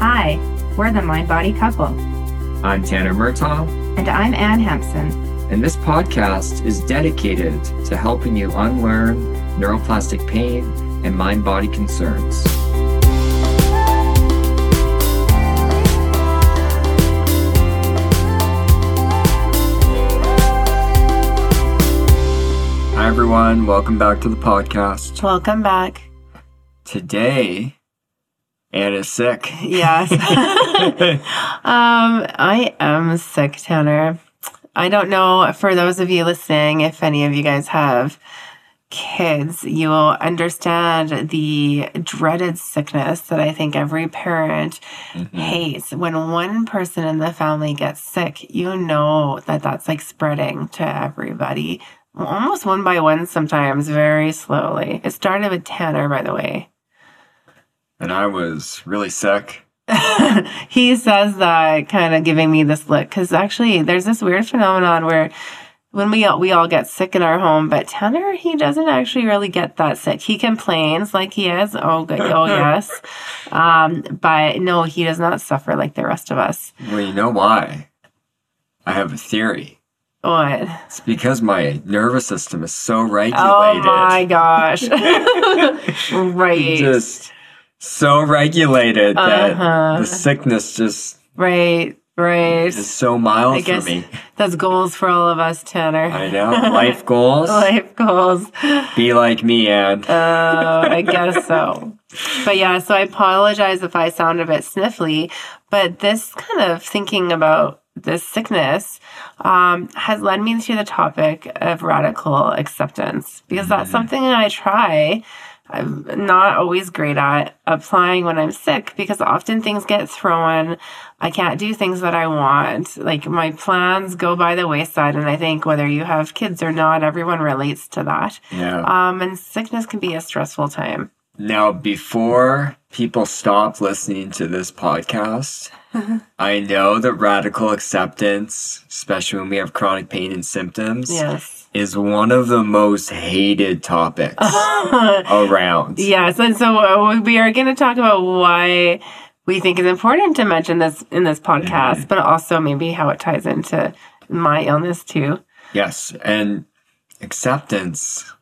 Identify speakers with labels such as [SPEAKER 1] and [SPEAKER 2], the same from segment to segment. [SPEAKER 1] Hi, we're the Mind Body Couple,
[SPEAKER 2] I'm Tanner Murtaugh,
[SPEAKER 1] and I'm Ann Hampson.
[SPEAKER 2] and this podcast is dedicated to helping you unlearn neuroplastic pain and mind body concerns. Hi, everyone. Welcome back to the podcast.
[SPEAKER 1] Welcome back.
[SPEAKER 2] Today, Ann is sick.
[SPEAKER 1] Yes. um, I am sick, Tanner. I don't know for those of you listening, if any of you guys have kids, you will understand the dreaded sickness that I think every parent
[SPEAKER 2] Mm-hmm.
[SPEAKER 1] hates. When one person in the family gets sick, you know that that's like spreading to everybody. Almost one by one, sometimes very slowly. It started with Tanner, by the way.
[SPEAKER 2] and I was really sick.
[SPEAKER 1] he says that kind of giving me this look because actually there's this weird phenomenon where when we all, we all get sick in our home, but Tanner he doesn't actually really get that sick. He complains like he is. Oh good, oh yes, um, but no, he does not suffer like the rest of us.
[SPEAKER 2] Well, you know why? I have a theory.
[SPEAKER 1] What?
[SPEAKER 2] It's because my nervous system is so regulated.
[SPEAKER 1] Oh my gosh! right,
[SPEAKER 2] Just so regulated
[SPEAKER 1] Uh-huh.
[SPEAKER 2] that the sickness just
[SPEAKER 1] right, right.
[SPEAKER 2] is so mild
[SPEAKER 1] I
[SPEAKER 2] for
[SPEAKER 1] guess
[SPEAKER 2] me.
[SPEAKER 1] that's goals for all of us, Tanner.
[SPEAKER 2] I know. Life goals.
[SPEAKER 1] Life goals.
[SPEAKER 2] Be like me, Anne.
[SPEAKER 1] Oh, I guess so. But yeah, so I apologize if I sound a bit sniffly, but this kind of thinking about this sickness um, has led me to the topic of radical acceptance because that's something that I try. I'm not always great at applying when I'm sick because often things get thrown. I can't do things that I want. Like my plans go by the wayside. And I think whether you have kids or not, everyone relates to that.
[SPEAKER 2] yeah.
[SPEAKER 1] Um, and sickness can be a stressful time.
[SPEAKER 2] Now, before people stop listening to this podcast,
[SPEAKER 1] Uh-huh.
[SPEAKER 2] I know that radical acceptance, especially when we have chronic pain and symptoms,
[SPEAKER 1] Yes.
[SPEAKER 2] is one of the most hated topics
[SPEAKER 1] Uh-huh.
[SPEAKER 2] around.
[SPEAKER 1] yes. And so uh, we are going to talk about why we think it's important to mention this in this podcast, but also maybe how it ties into my illness too.
[SPEAKER 2] Yes, and acceptance.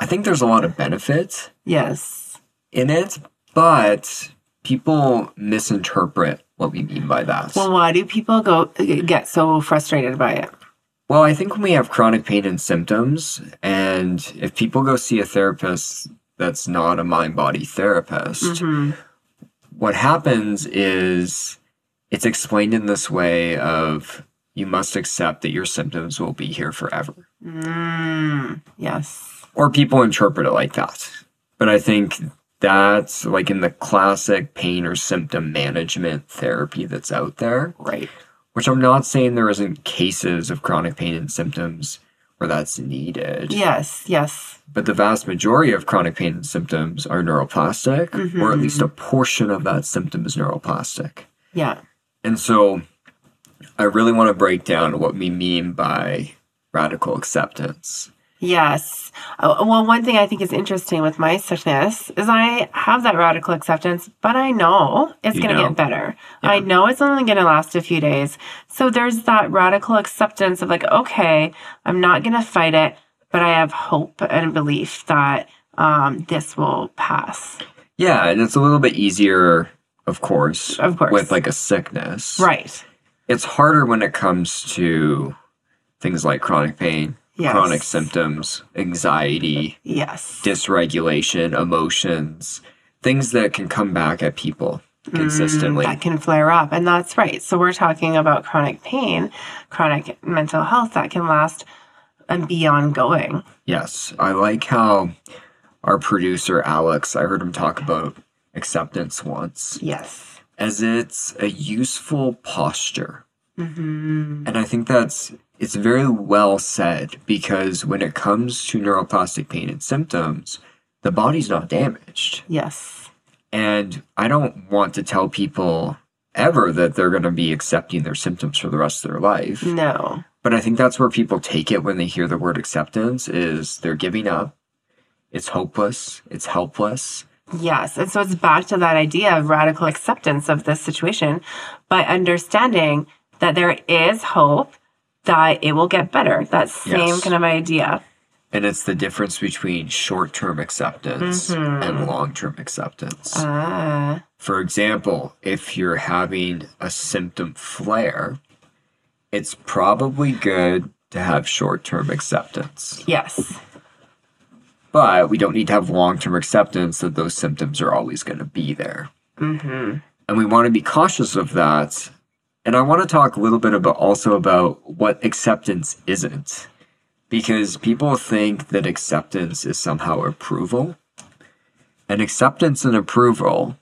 [SPEAKER 2] I think there's a lot of benefit
[SPEAKER 1] Yes.
[SPEAKER 2] in it, but people misinterpret what we mean by that.
[SPEAKER 1] Well, why do people go get so frustrated by it?
[SPEAKER 2] Well, I think when we have chronic pain and symptoms, and if people go see a therapist that's not a mind body therapist,
[SPEAKER 1] Mhm.
[SPEAKER 2] what happens is it's explained in this way of you must accept that your symptoms will be here forever.
[SPEAKER 1] Mm, yes.
[SPEAKER 2] or people interpret it like that. But I think that's like in the classic pain or symptom management therapy that's out there,
[SPEAKER 1] Right.
[SPEAKER 2] which I'm not saying there isn't cases of chronic pain and symptoms where that's needed.
[SPEAKER 1] Yes. Yes.
[SPEAKER 2] But the vast majority of chronic pain and symptoms are neuroplastic, or at least a portion of that symptom is neuroplastic.
[SPEAKER 1] Yeah.
[SPEAKER 2] And so I really want to break down what we mean by radical acceptance.
[SPEAKER 1] Yes. Uh, Well, one thing I think is interesting with my sickness is I have that radical acceptance, but I know it's
[SPEAKER 2] You
[SPEAKER 1] going to
[SPEAKER 2] know.
[SPEAKER 1] get better. I know it's only going to last a few days. So there's that radical acceptance of like, okay, I'm not going to fight it, but I have hope and belief that um, this will pass.
[SPEAKER 2] Yeah, and it's a little bit easier, of course,
[SPEAKER 1] Of course.
[SPEAKER 2] with like a sickness.
[SPEAKER 1] Right.
[SPEAKER 2] It's harder when it comes to things like chronic pain,
[SPEAKER 1] Yes.
[SPEAKER 2] chronic symptoms, anxiety,
[SPEAKER 1] Yes.
[SPEAKER 2] dysregulation, emotions, things that can come back at people consistently.
[SPEAKER 1] Mm, that can flare up. And that's right. So we're talking about chronic pain, chronic mental health that can last and be ongoing.
[SPEAKER 2] Yes, I like how our producer Alex, I heard him talk about acceptance once
[SPEAKER 1] Yes.
[SPEAKER 2] as it's a useful posture.
[SPEAKER 1] Mm-hmm.
[SPEAKER 2] And I think that's it's very well said because when it comes to neuroplastic pain and symptoms, the body's not damaged.
[SPEAKER 1] Yes.
[SPEAKER 2] And I don't want to tell people ever that they're going to be accepting their symptoms for the rest of their life.
[SPEAKER 1] Mm. No.
[SPEAKER 2] But I think that's where people take it when they hear the word acceptance is they're giving up. It's hopeless, it's helpless,
[SPEAKER 1] Yes. And so it's back to that idea of radical acceptance of this situation, but understanding that there is hope that it will get better. That same
[SPEAKER 2] Yes.
[SPEAKER 1] kind of idea.
[SPEAKER 2] And it's the difference between short term acceptance and long term acceptance.
[SPEAKER 1] Ah,
[SPEAKER 2] For example, if you're having a symptom flare, it's probably good to have short term acceptance.
[SPEAKER 1] yes.
[SPEAKER 2] But we don't need to have long term acceptance that those symptoms are always going to be there.
[SPEAKER 1] Mm-hmm.
[SPEAKER 2] And we want to be cautious of that. And I want to talk a little bit about also about what acceptance isn't. Because people think that acceptance is somehow approval. And acceptance and approval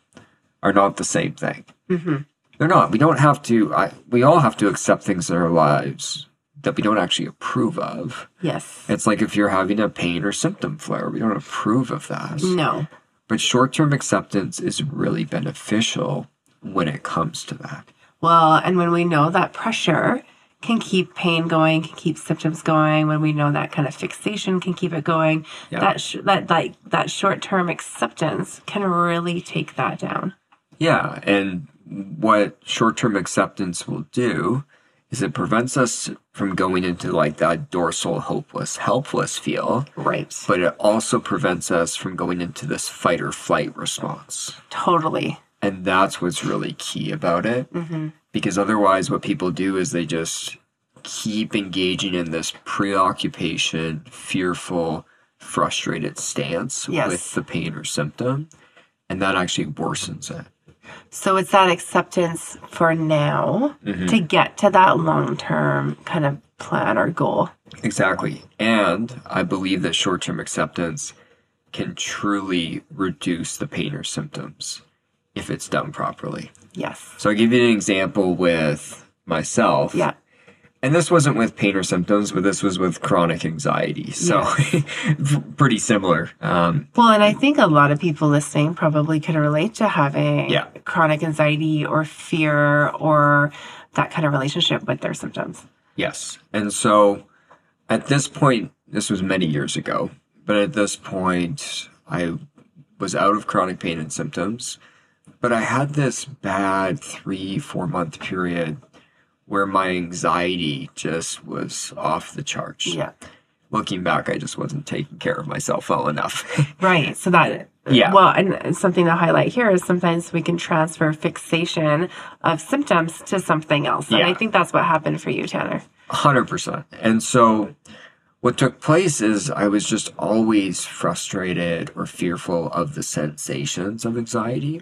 [SPEAKER 2] are not the same thing.
[SPEAKER 1] Mhm.
[SPEAKER 2] They're not. We don't have to, I, we all have to accept things in our lives that we don't actually approve of.
[SPEAKER 1] Yes.
[SPEAKER 2] It's like if you're having a pain or symptom flare, we don't approve of that.
[SPEAKER 1] No.
[SPEAKER 2] But short term acceptance is really beneficial when it comes to that.
[SPEAKER 1] Well, and when we know that pressure can keep pain going, can keep symptoms going, when we know that kind of fixation can keep it going,
[SPEAKER 2] Yeah.
[SPEAKER 1] that sh- that like that short-term acceptance can really take that down.
[SPEAKER 2] Yeah. And what short term acceptance will do is it prevents us from going into like that dorsal, hopeless, helpless feel,
[SPEAKER 1] Right.
[SPEAKER 2] but it also prevents us from going into this fight or flight response.
[SPEAKER 1] Totally.
[SPEAKER 2] And that's what's really key about it.
[SPEAKER 1] Mm-hmm.
[SPEAKER 2] Because otherwise, what people do is they just keep engaging in this preoccupation, fearful, frustrated stance
[SPEAKER 1] Yes.
[SPEAKER 2] with the pain or symptom. And that actually worsens it.
[SPEAKER 1] So it's that acceptance for now to get to that long-term kind of plan or goal.
[SPEAKER 2] Exactly. And I believe that short term acceptance can truly reduce the pain or symptoms if it's done properly.
[SPEAKER 1] Yes.
[SPEAKER 2] So I'll give you an example with myself.
[SPEAKER 1] Yeah.
[SPEAKER 2] And this wasn't with pain or symptoms, but this was with chronic anxiety. So pretty similar. Um,
[SPEAKER 1] Well, and I think a lot of people listening probably could relate to having
[SPEAKER 2] Yeah.
[SPEAKER 1] chronic anxiety or fear or that kind of relationship with their symptoms.
[SPEAKER 2] yes. And so at this point, this was many years ago, but at this point, I was out of chronic pain and symptoms. But I had this bad three, four month period where my anxiety just was off the charts.
[SPEAKER 1] Yeah.
[SPEAKER 2] Looking back, I just wasn't taking care of myself well enough.
[SPEAKER 1] Right. So that
[SPEAKER 2] Yeah.
[SPEAKER 1] Well, and something to highlight here is sometimes we can transfer fixation of symptoms to something else. And I
[SPEAKER 2] Yeah.
[SPEAKER 1] think that's what happened for you, Tanner.
[SPEAKER 2] Hundred percent. And so, what took place is I was just always frustrated or fearful of the sensations of anxiety.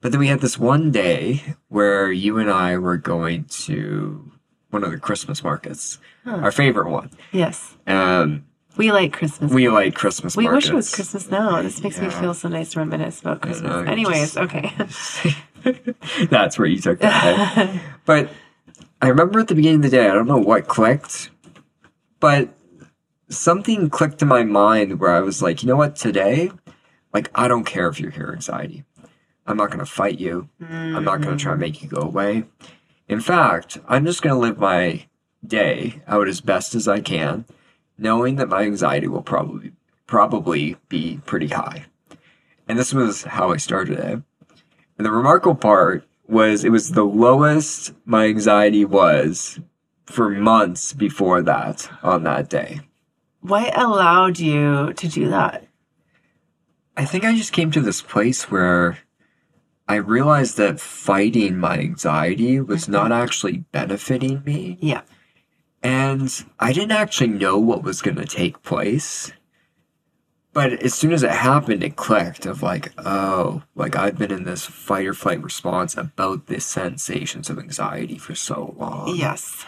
[SPEAKER 2] But then we had this one day where you and I were going to one of the Christmas markets, our favorite one.
[SPEAKER 1] Yes.
[SPEAKER 2] Um,
[SPEAKER 1] We like Christmas.
[SPEAKER 2] we like Christmas.
[SPEAKER 1] We
[SPEAKER 2] markets.
[SPEAKER 1] wish it was Christmas now. This makes me
[SPEAKER 2] Yeah.
[SPEAKER 1] feel so nice to reminisce about Christmas.
[SPEAKER 2] know, you
[SPEAKER 1] Anyways,
[SPEAKER 2] just-
[SPEAKER 1] okay.
[SPEAKER 2] That's where you took that. eh? right? but I remember at the beginning of the day, I don't know what clicked, but something clicked in my mind where I was like, you know what, today, like, I don't care if you're here, anxiety. I'm not going to fight you.
[SPEAKER 1] Mm.
[SPEAKER 2] I'm not going to try and make you go away. In fact, I'm just going to live my day out as best as I can, knowing that my anxiety will probably probably be pretty high. And this was how I started it. And the remarkable part was it was the lowest my anxiety was for months before that on that day.
[SPEAKER 1] What allowed you to do that?
[SPEAKER 2] I think I just came to this place where I realized that fighting my anxiety was not actually benefiting me.
[SPEAKER 1] Yeah.
[SPEAKER 2] And I didn't actually know what was going to take place. But as soon as it happened, it clicked of like, oh, like I've been in this fight or flight response about the sensations of anxiety for so long.
[SPEAKER 1] Yes.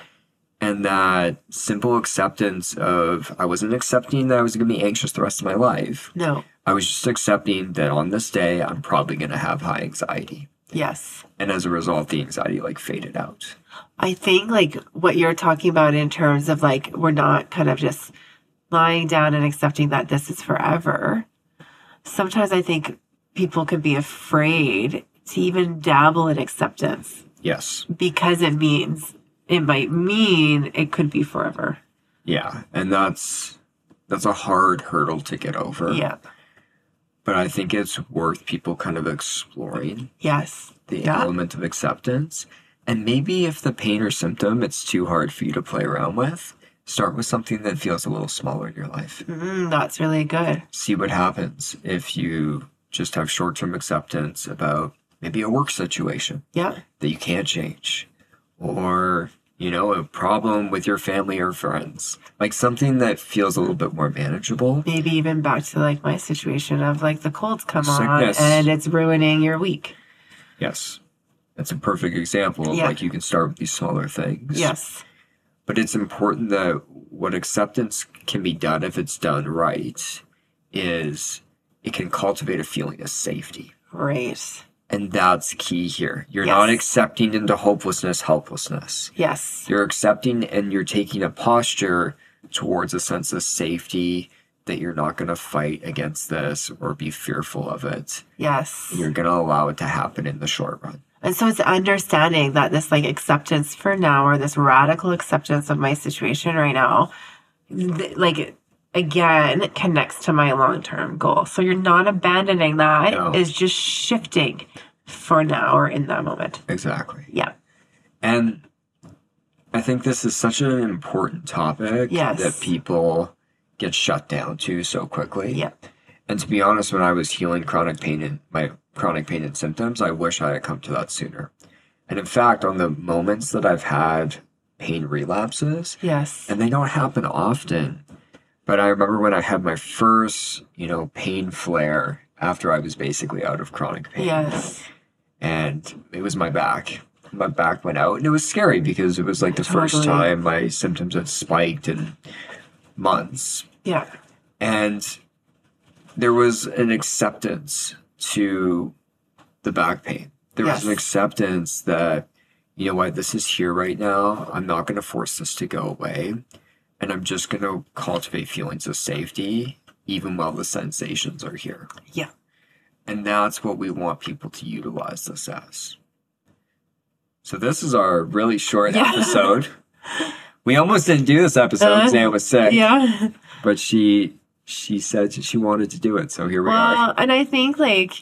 [SPEAKER 2] And that simple acceptance of I wasn't accepting that I was going to be anxious the rest of my life.
[SPEAKER 1] No.
[SPEAKER 2] I was just accepting that on this day, I'm probably going to have high anxiety.
[SPEAKER 1] Yes.
[SPEAKER 2] And as a result, the anxiety like faded out.
[SPEAKER 1] I think like what you're talking about in terms of like we're not kind of just lying down and accepting that this is forever. Sometimes I think people can be afraid to even dabble in acceptance
[SPEAKER 2] Yes.
[SPEAKER 1] because it means it might mean it could be forever.
[SPEAKER 2] Yeah. And that's that's a hard hurdle to get over.
[SPEAKER 1] Yeah.
[SPEAKER 2] but I think it's worth people kind of exploring
[SPEAKER 1] Yes.
[SPEAKER 2] the
[SPEAKER 1] Yeah.
[SPEAKER 2] element of acceptance. And maybe if the pain or symptom it's too hard for you to play around with, start with something that feels a little smaller in your life.
[SPEAKER 1] Mm, that's really good.
[SPEAKER 2] See what happens if you just have short term acceptance about maybe a work situation
[SPEAKER 1] Yeah.
[SPEAKER 2] that you can't change or you know a problem with your family or friends like something that feels a little bit more manageable
[SPEAKER 1] Maybe even back to like my situation of like the colds come
[SPEAKER 2] Sickness.
[SPEAKER 1] on and it's ruining your week.
[SPEAKER 2] yes that's a perfect example of
[SPEAKER 1] Yeah.
[SPEAKER 2] like you can start with these smaller things
[SPEAKER 1] Yes.
[SPEAKER 2] but it's important that what acceptance can be done if it's done right is it can cultivate a feeling of safety
[SPEAKER 1] Great.
[SPEAKER 2] and that's key here you're not
[SPEAKER 1] Yes.
[SPEAKER 2] accepting into hopelessness helplessness
[SPEAKER 1] Yes.
[SPEAKER 2] you're accepting and you're taking a posture towards a sense of safety that you're not going to fight against this or be fearful of it.
[SPEAKER 1] Yes.
[SPEAKER 2] You're going to allow it to happen in the short run.
[SPEAKER 1] And so it's understanding that this like acceptance for now or this radical acceptance of my situation right now, th- like again, connects to my long term goal. So you're not abandoning that,
[SPEAKER 2] No.
[SPEAKER 1] it's just shifting for now or in that moment.
[SPEAKER 2] Exactly.
[SPEAKER 1] Yeah.
[SPEAKER 2] And I think this is such an important topic
[SPEAKER 1] Yes.
[SPEAKER 2] that people get shut down to so quickly.
[SPEAKER 1] Yeah.
[SPEAKER 2] And to be honest, when I was healing chronic pain and my chronic pain and symptoms, I wish I had come to that sooner. And in fact, on the moments that I've had pain relapses,
[SPEAKER 1] Yes.
[SPEAKER 2] and they don't happen often. But I remember when I had my first, you know, pain flare after I was basically out of chronic pain.
[SPEAKER 1] Yes.
[SPEAKER 2] And it was my back. My back went out, and it was scary because it was like the first
[SPEAKER 1] Totally.
[SPEAKER 2] time my symptoms had spiked in months.
[SPEAKER 1] Yeah.
[SPEAKER 2] And there was an acceptance to the back pain. There was
[SPEAKER 1] Yes.
[SPEAKER 2] an acceptance that, you know what, this is here right now. I'm not going to force this to go away. And I'm just going to cultivate feelings of safety, even while the sensations are here.
[SPEAKER 1] Yeah.
[SPEAKER 2] And that's what we want people to utilize this as. So, this is our really short
[SPEAKER 1] Yeah.
[SPEAKER 2] episode. We almost didn't do this episode because
[SPEAKER 1] Uh,
[SPEAKER 2] Sam was sick
[SPEAKER 1] Yeah.
[SPEAKER 2] but she she said she wanted to do it so here we are
[SPEAKER 1] Well, and I think like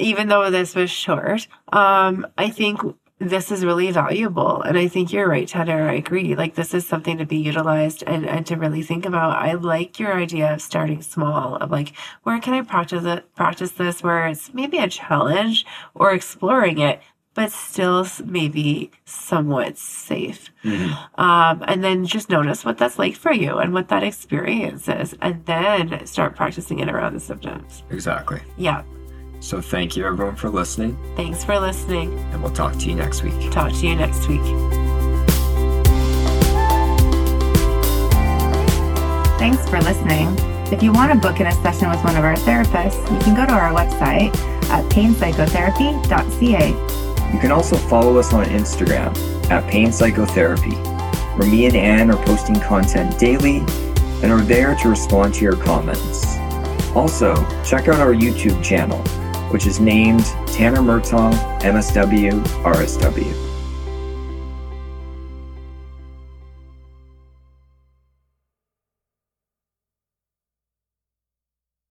[SPEAKER 1] even though this was short, um, I think this is really valuable. And I think you're right, Tanner. I agree. Like this is something to be utilized and, and to really think about. I like your idea of starting small, of like where can I practice it practice this where it's maybe a challenge or exploring it, but still s- maybe somewhat safe.
[SPEAKER 2] Mm-hmm.
[SPEAKER 1] Um, and then just notice what that's like for you and what that experience is, and then start practicing it around the symptoms.
[SPEAKER 2] exactly
[SPEAKER 1] Yeah.
[SPEAKER 2] so thank you everyone for listening
[SPEAKER 1] Thanks for listening.
[SPEAKER 2] and we'll talk to you next week
[SPEAKER 1] Talk to you next week. Thanks for listening. If you want to book in a session with one of our therapists, you can go to our website at painpsychotherapy.ca.
[SPEAKER 2] you can also follow us on instagram at pain psychotherapy where me and anne are posting content daily and are there to respond to your comments also check out our youtube channel which is named tanner murtaugh msw rsw